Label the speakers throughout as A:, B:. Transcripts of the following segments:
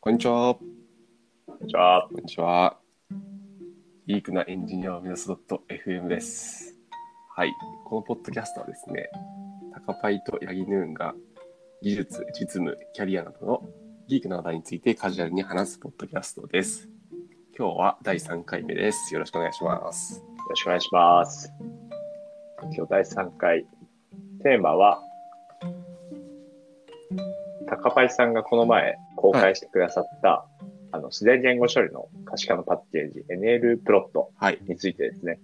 A: こんにちは。
B: じゃあ、
A: こんにちは。ギークなエンジニアを目指す .fm です。はい。このポッドキャストはですね、タカパイとヤギヌーンが技術、実務、キャリアなどのギークな話題についてカジュアルに話すポッドキャストです。今日は第3回目です。よろしくお願いします。
B: よろしくお願いします。今日第3回、テーマは、高パイさんがこの前公開してくださった、あの自然言語処理の可視化のパッケージ、NL プロット
A: はい。
B: についてですね。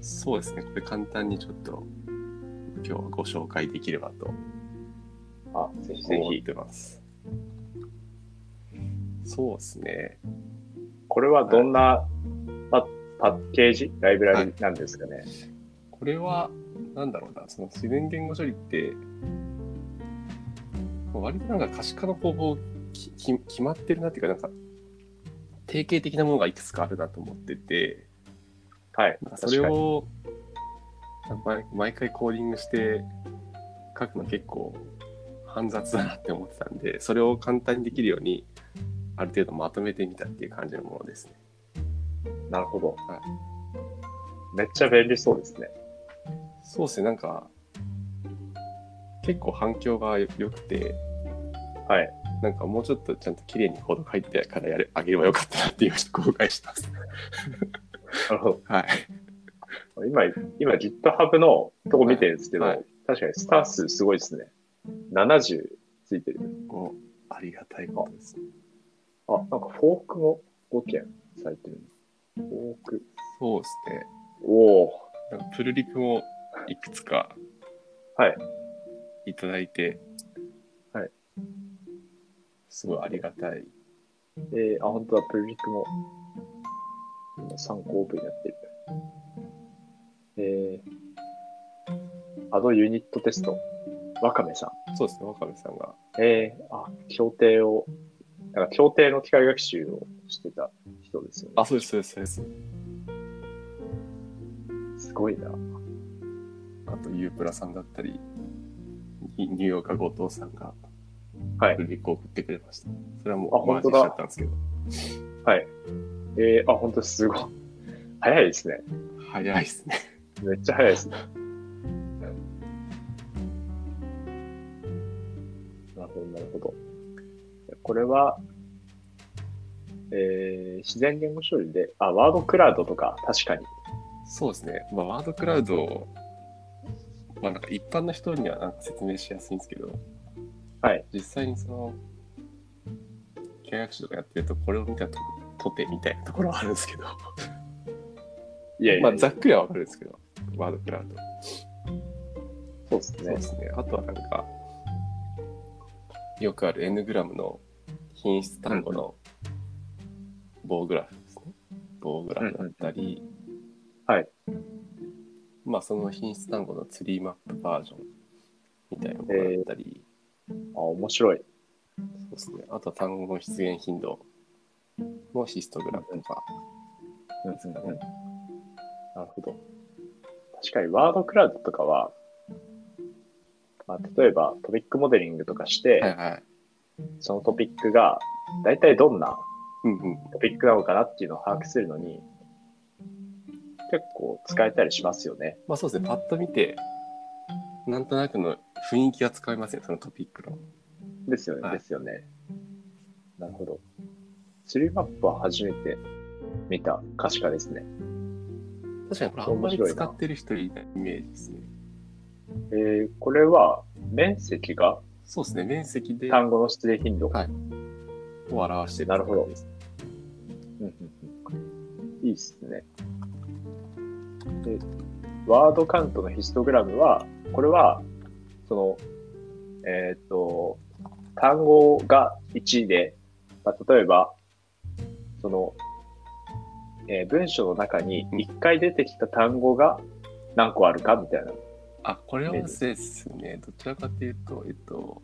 A: そうですね。これ簡単にちょっと今日はご紹介できればと
B: あ、ぜひぜ
A: 思っ
B: ひ。
A: てます。そうですね。
B: これはどんなパパッケージ、ライブラリなんですかね。
A: これは、なんだろうな、その自然言語処理って、もう割となんか可視化の方法きき決まってるなっていうか、なんか、定型的なものがいくつかあるなと思ってて、
B: はい
A: なん。か
B: 確か
A: そ
B: に
A: れを毎毎回コーディングして書くの結構煩雑だなって思ってたんで、それを簡単にできるように、ある程度まとめてみたっていう感じのものですね。
B: なるほど、
A: はい
B: めっちゃ便利そうですね。
A: そうですね、なんか、結構反響がよ良くて、
B: はい。
A: なんかもうちょっとちゃんと綺麗にコード書いてからやれあげればよかったなっていう後悔してます。
B: なるほど。
A: はい。
B: 今、今 GitHub のとこ見てるんですけど、
A: はいはい
B: 確かにスター数すごいですね。70ついてる。
A: おありがたいことですね。
B: あ、なんかフォークも5件されてる。フォーク。
A: そうですね。
B: おお。
A: なんかプルリクもいくつか
B: はい。
A: いただいて、
B: はい。
A: すごいありがたい。
B: えー、あ、本当だ、プルリックも今参考オープンになってる。えー、アドユニットテスト。ワカメさん。
A: そうですね、若部さんが。
B: えー、あ、協定を、なんか協定の機械学習をしてた人ですよね。
A: あ、そうです、そうです、そうです。
B: すごいな。
A: あと、ユープラさんだったり、ニニューヨーカー後藤さんが、
B: はい
A: プルリクを送ってくれました。それはもう、
B: あ本当だ
A: マージしちゃったんですけど。
B: えー、あ、本当すごい。早いですね。
A: 早いですね。
B: めっちゃ早いですね。なるほど、なるほど。これは、えー、自然言語処理で、あ、ワードクラウドとか、確かに。
A: そうですね、まあ、ワードクラウド、まあ、なんか一般の人にはなんか説明しやすいんですけど、
B: はい、
A: 実際にその、契約書とかやってると、これを見たととてみたいなところはあるんですけど、
B: いやい
A: ま
B: や
A: あ、ざっくりはわかるんですけど、ワードクラウド。
B: そうです
A: そう
B: ね
A: で。すね、あとはなんか、よくある N グラムの品質単語の棒グラフですね。棒グラフだったり、
B: うんはい。
A: まあ、その品質単語のツリーマップバージョンみたいなものだったり、
B: あ、面白い。
A: そうですね。あとは単語の出現頻度のヒストグラムとか、
B: うん
A: ですかね
B: なるほど。確かに、ワードクラウドとかは、まあ、例えばトピックモデリングとかして、
A: はいはい。
B: そのトピックが、大体どんな
A: うんうん。
B: トピックなのかなっていうのを把握するのに、結構使えたりしますよね。
A: まあそうですね、パッと見て、なんとなくの雰囲気がつかめますね、そのトピックの。
B: ですよね、
A: はい
B: ですよね。なるほど。ツリーマップは初めて見た可視化ですね。
A: 確かにこれあんまり使ってる人いないイメージですね。
B: えー、これは面積が
A: そうですね、面積で
B: 単語の出現頻度。
A: はいを表してる
B: なるほど
A: 感じです。
B: うんうんうんいいっすね。で、ワードカウントのヒストグラムは、これは、その、えっ、と、単語が1で、まあ、例えば、その、えー文章の中に1回出てきた単語が何個あるかみたいな。
A: あ、これはですね、どちらかというと、えっと、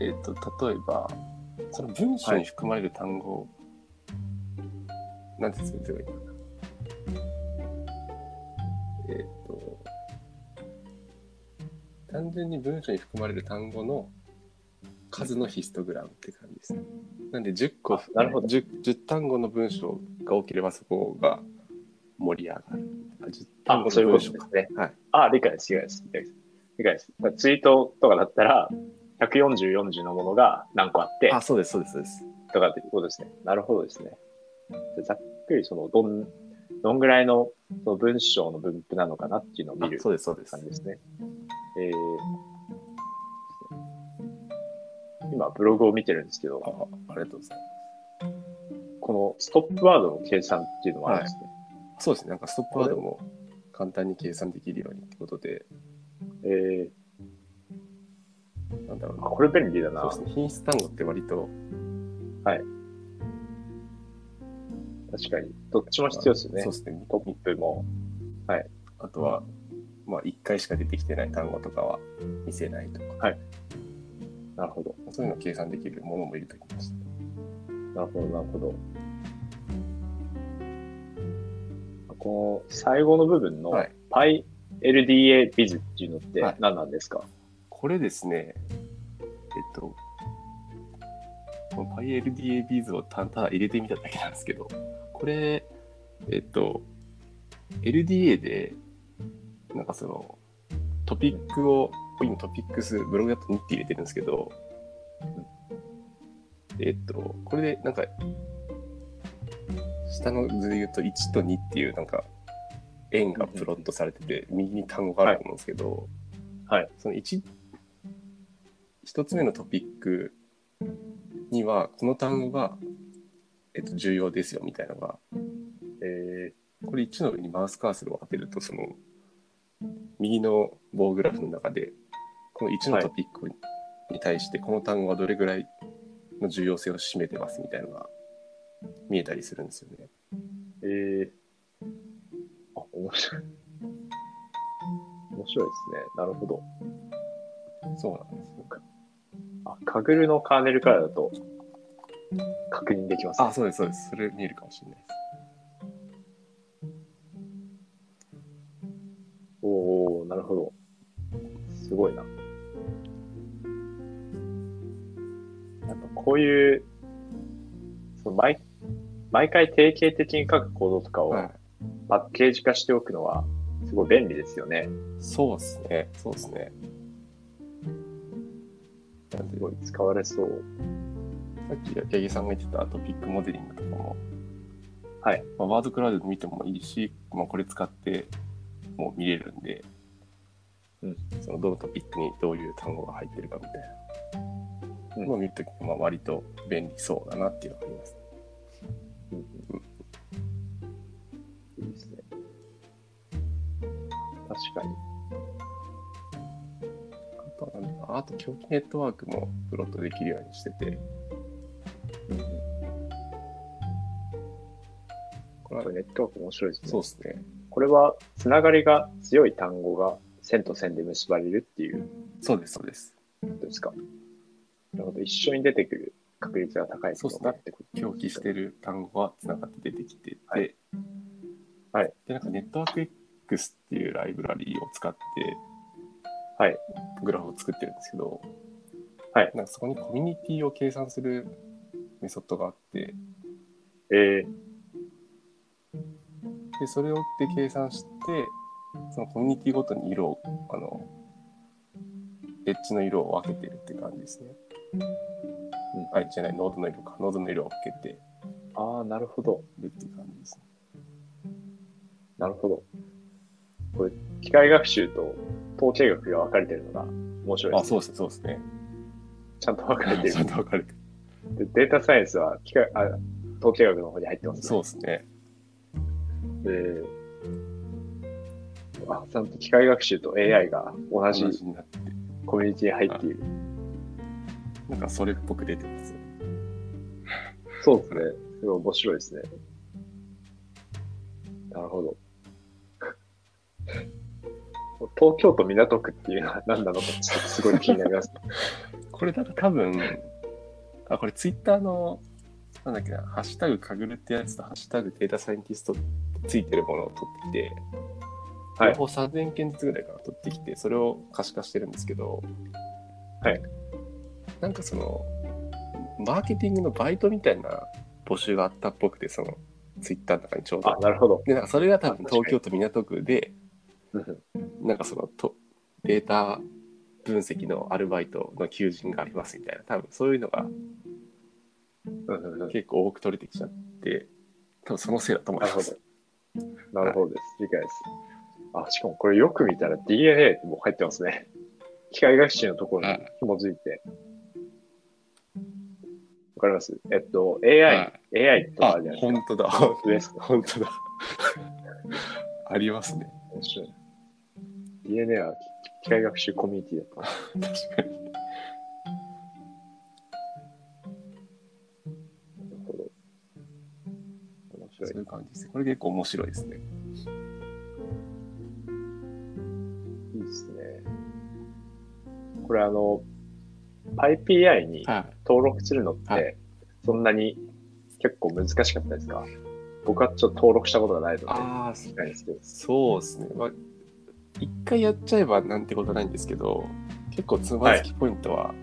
A: えっと、例えば、その文章に含まれる単語を、なんて説明すればいいかな。えっと、単純に文章に含まれる単語の数のヒストグラムって感じですね。なんで10個、
B: なるほど
A: 10, 10単語の文章が多ければそこが盛り上がる。あ10単
B: あ、
A: 語
B: そう
A: の
B: いうこ
A: 文
B: と
A: 章
B: で
A: か。
B: すね。
A: はい。
B: あ、理解です、理解です。理解です。理解です。だからツイートとかだったら、140、40のものが何個あって、
A: あ、そうです、そうです、そうです。
B: とかっていうことですね。なるほどですね。でざっくりその、どん、どんぐらいのその文章の分布なのかなっていうのを見
A: あ
B: る
A: そうです、そうです
B: 感。じですね。えー今、ブログを見てるんですけど
A: あ、ありがとうござい
B: このストップワードの計算っていうのもあるんですね。
A: ます。そうですね、なんかストップワードも簡単に計算できるようにってことで、
B: えー
A: なんだろうな
B: あ、。これ便利だな。
A: そうですね、品質単語って割と、
B: 確かに。どっちも必要ですよね
A: そう。ですね、
B: トップも。
A: あとは、まあ、1回しか出てきてない単語とかは見せないとか、
B: なるほど。
A: そういうのを計算できるものもいるときました。
B: なるほど、なるほど。この最後の部分の
A: はい
B: PyLDA ビズっていうのって
A: はい
B: 何なんですか、
A: これですね、えっと、この PyLDA ビーズをたただ入れてみただけなんですけど、これ、えっと、LDA で、なんかその、トピックを、今トピックス、ブログだと2って入れてるんですけど、えっと、これでなんか、下の図で言うと1と2っていうなんか、円がプロットされてて、右に単語があると思うんですけど、
B: はいはい
A: その1、一つ目のトピックには、この単語が、えっと、重要ですよみたいなのが、えーこれ1の上にマウスカーソルを当てると、その、右の棒グラフの中で、この1のトピックに対して、この単語はどれぐらいの重要性を占めてますみたいなのが見えたりするんですよね。
B: えー、あ、面白い。面白いですね。なるほど。
A: そうなんですよ。
B: あ、カグルのカーネルからだと確認できます、ね。
A: あ、そうです、そうです。それ見えるかもしれないです。
B: おおなるほど。すごいな。なんかこういう、その毎毎回定型的に書く行動とかを
A: はい。
B: パッケージ化しておくのは、すごい便利ですよね。
A: そうですね。そうですね。なん
B: す
A: で、
B: ごい使われそう。
A: さっき八木さんが言ってたトピックモデリングとかも、
B: はい。
A: まあ、ワードクラウドで見てもいいし、まあ、これ使ってもう見れるんで、
B: うん
A: そのどのトピックにどういう単語が入ってるかみたいな、
B: うん
A: まあ見るときもまあ割と便利そうだなっていうのがあります。
B: いいですね。確かに。
A: あとはなんだあと狂気ネットワークもプロットできるようにしてて、これ
B: こ
A: は
B: れネットワーク面白いですね。
A: そうですね。
B: これは、つながりが強い単語が線と線で結ばれるっていう
A: そうです、そうです。
B: ことですか。なるほど。一緒に出てくる確率が高い
A: そうっ
B: の
A: す
B: か
A: ね
B: ってこと
A: 表記してる単語がつながって出てきてて、
B: はいはい
A: でなんかネットワーク X っていうライブラリーを使って
B: はい
A: グラフを作ってるんですけど、
B: はい
A: なんかそこにコミュニティを計算するメソッドがあって
B: え
A: でそれをで計算してそのコミュニティごとに色をあのエッジの色を分けてるって感じですね。あ、じゃない、ノードの色か。ノードの色を分けて
B: ー、ああ、なるほど。
A: るっていう感じですね。
B: なるほど。これ、機械学習と統計学が分かれてるのが面白いで
A: あ、
B: す、ね。
A: そうですね、そうですね。
B: ちゃんと分かれてる
A: ちゃ。んと分かれてる
B: でデータサイエンスは機械あ統計学の方に入ってます、ね。
A: そうですね。
B: う。あ、ちゃんと機械学習と AI が同じ
A: 同じになって、
B: コミュニティに入っている。
A: なんかそれっぽく出てますよね。
B: そうですね。すごい面白いですね。なるほど。東京都港区っていうのは何なのかちょっとすごい気になります。
A: これなんか多分、あ、これツイッターの、なんだっけな、ハッシュタグかぐるってやつとハッシュタグデータサイエンティストってついてるものを取ってきて、
B: はい
A: 両方3000件ずつぐらいから取ってきて、それを可視化してるんですけど、
B: はい。
A: なんかその、マーケティングのバイトみたいな募集があったっぽくて、その、ツイッターの中にちょう
B: あ、
A: ど。
B: なるほど。
A: で、なんかそれが多分
B: あ確かに
A: 東京都港区で、
B: うん
A: なんかそのとデータ分析のアルバイトの求人がありますみたいな多分そういうのが
B: うんうんうん
A: 結構多く取れてきちゃって多分そのせいだと思
B: ないる
A: ま
B: ほ
A: す。
B: ど。なるほどです。理解です。あ、しかもこれよく見たら DNA も入ってますね。機械学習のところに紐づいて。わかりますえっと、AI、AI と
A: あ
B: かじゃないですか。
A: 本当だ
B: 本当ですか
A: 本当だ ありますね
B: 面白い。DNA は機械学習コミュニティだっ
A: 確
B: た。
A: かに
B: なるほど。面
A: そう
B: 白い
A: い。う感じですねこれ結構面白いですね
B: いいですね。これあの、PyPI に
A: はい
B: 登録するのっ
A: は
B: て、そんなに結構難しかったですか僕はちょっと登録したことがないので、わ
A: ああ
B: かんないですけど。
A: そうですねまあ一回やっちゃえばなんてことないんですけど結構つまずきポイントは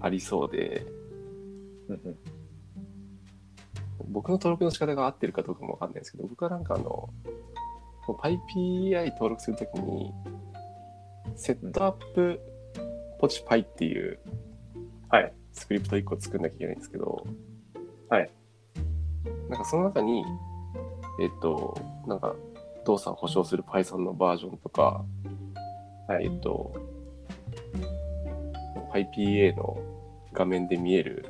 A: ありそうで、僕の登録の仕方が合ってるかどうかもわかんないですけど、僕はなんかあの、こう PyPI 登録するときに、セットアップポチパイっていう、
B: はい
A: スクリプト1個作んなきゃいけないんですけど、
B: はい。
A: なんかその中に、えっと、なんか動作を保証する Python のバージョンとか、
B: はい
A: えっと、PyPA の画面で見える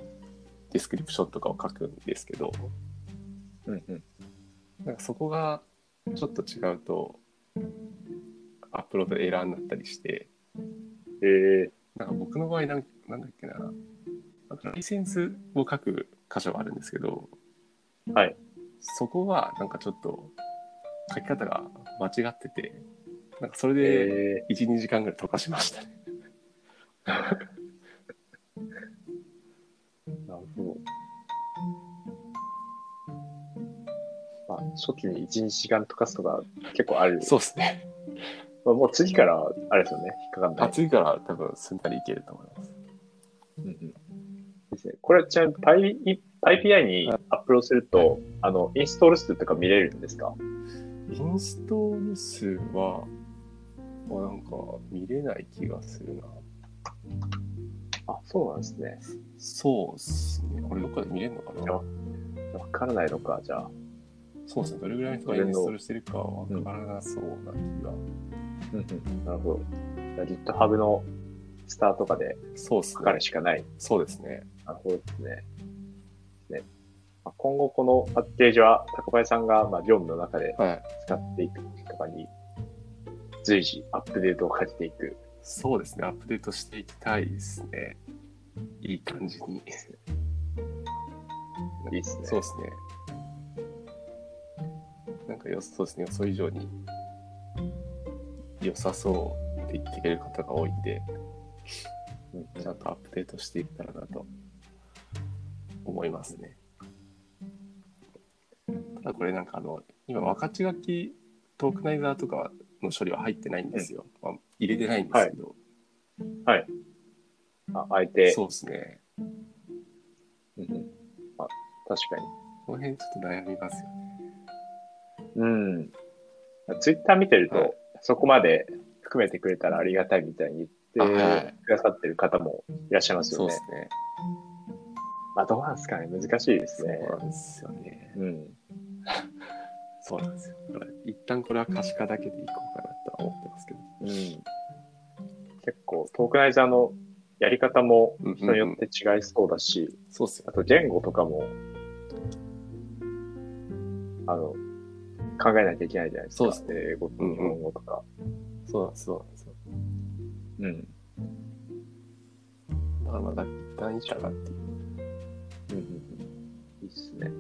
A: ディスクリプションとかを書くんですけど、
B: うんうん
A: なんかそこがちょっと違うとアップロードエラーになったりして
B: え
A: なんか僕の場合なんなんだっけななんかライセンスを書く箇所があるんですけど、
B: はい、
A: そこはなんかちょっと書き方が間違っててなんかそれ
B: ー、
A: で
B: え
A: 12、時間ぐらい溶かしましたね。
B: ー、なるほど。まあ、初期に1、2時間溶かすとか結構ある。
A: そうです ね。
B: まあ、もう次から、あれですよね、引っかかんな
A: あ
B: い。
A: 次から多分すんなりいけると思います。
B: うんうんですね。これはちなみに Py- PyPI にアップロードすると、あの、インストール数とか見れるんですか
A: インストール数は、あなんか見れない気がするな。
B: あ、そうなんですね。
A: そうっすね。これどっかで見れるのかな
B: あわからないのか、じゃあ。
A: そうですね。どれぐらいの人がインストールしてるかわからなそうな気が。
B: なるほど。じゃあ GitHub のスターとかで
A: そうっす
B: 書か
A: ね
B: る。しかない。
A: そうですね。
B: なるほどですね。ねまあ今後このパッケージは、高林さんがまあ業務の中で
A: はい。
B: 使っていくとかに、随時アップデートをかけていく。
A: そうですね。アップデートしていきたいですね。いい感じに。
B: いいっすね
A: そうですね。なんかよ、そうですね。予想以上に良さそうって言ってくれる方が多いんで、ちゃんとアップデートしていったらなと思いますね。ただこれなんかあの、今分かち書きトークナイザーとかの処理は入ってないんですよ。まあ、入れてないんですけど、
B: あ、あえて、
A: そうですね。
B: うんうんまあ、確かに。
A: この辺ちょっと悩みますよね。
B: うん。ツイッター見てると、
A: はい
B: そこまで含めてくれたらありがたいみたいに言
A: あは
B: って
A: い
B: くださってる方もいらっしゃいますよ
A: そう
B: ね。
A: ですね。
B: まあ、どうなんですかね。難しいです
A: そう
B: ね。
A: なんですよね。
B: うん。
A: そうなんですよ。だから一旦これは可視化だけでいこうかなとは思ってますけど。
B: うん。結構、トークナイザーのやり方も
A: うんうんうん
B: 人によって違いそうだし、
A: そうっすよね。
B: あと言語とかも、あの、考えなきゃいけないじゃないですか。
A: そう
B: 英語と日本語とか。
A: そうなんです、そうなんですよ。
B: うん。
A: だからまだ一旦いいかなっていう。
B: うんうんうんいいっすね。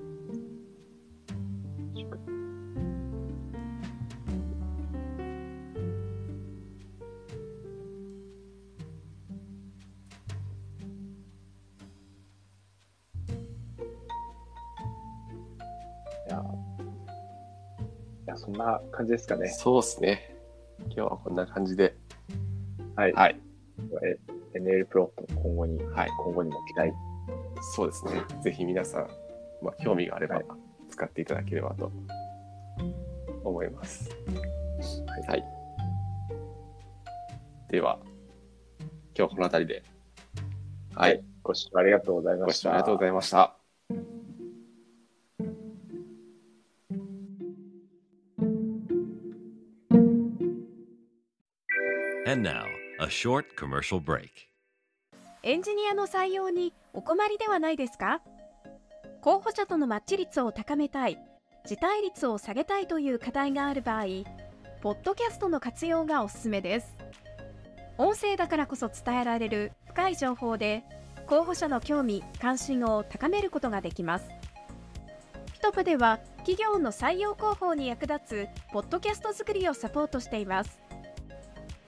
B: 確かにいやいや、そんな感じですかね。
A: そうですね。今日はこんな感じで。
B: はい。
A: はい。
B: え NL プロットの今後に、
A: はい、
B: 今後にも期待。
A: そうですね。ぜひ皆さん、まあ、興味があれば
B: はい
A: 使っていただければと思います。はい。では、今日はこの辺りで。はい。
B: はいご視聴ありがとうございま
A: ご
B: し
A: 視
B: た。
A: 聴ありがとうございました。
C: And now, a short commercial break.
D: エンジニアの採用にお困りではないですか候補者とのマッチ率を高めたい、辞退率を下げたいという課題がある場合、ポッドキャストの活用がおすすめです。音声だからこそ伝えられる深い情報で、候補者の興味・関心を高めることができます。ピトプでは、企業の採用広報に役立つポッドキャスト作りをサポートしています。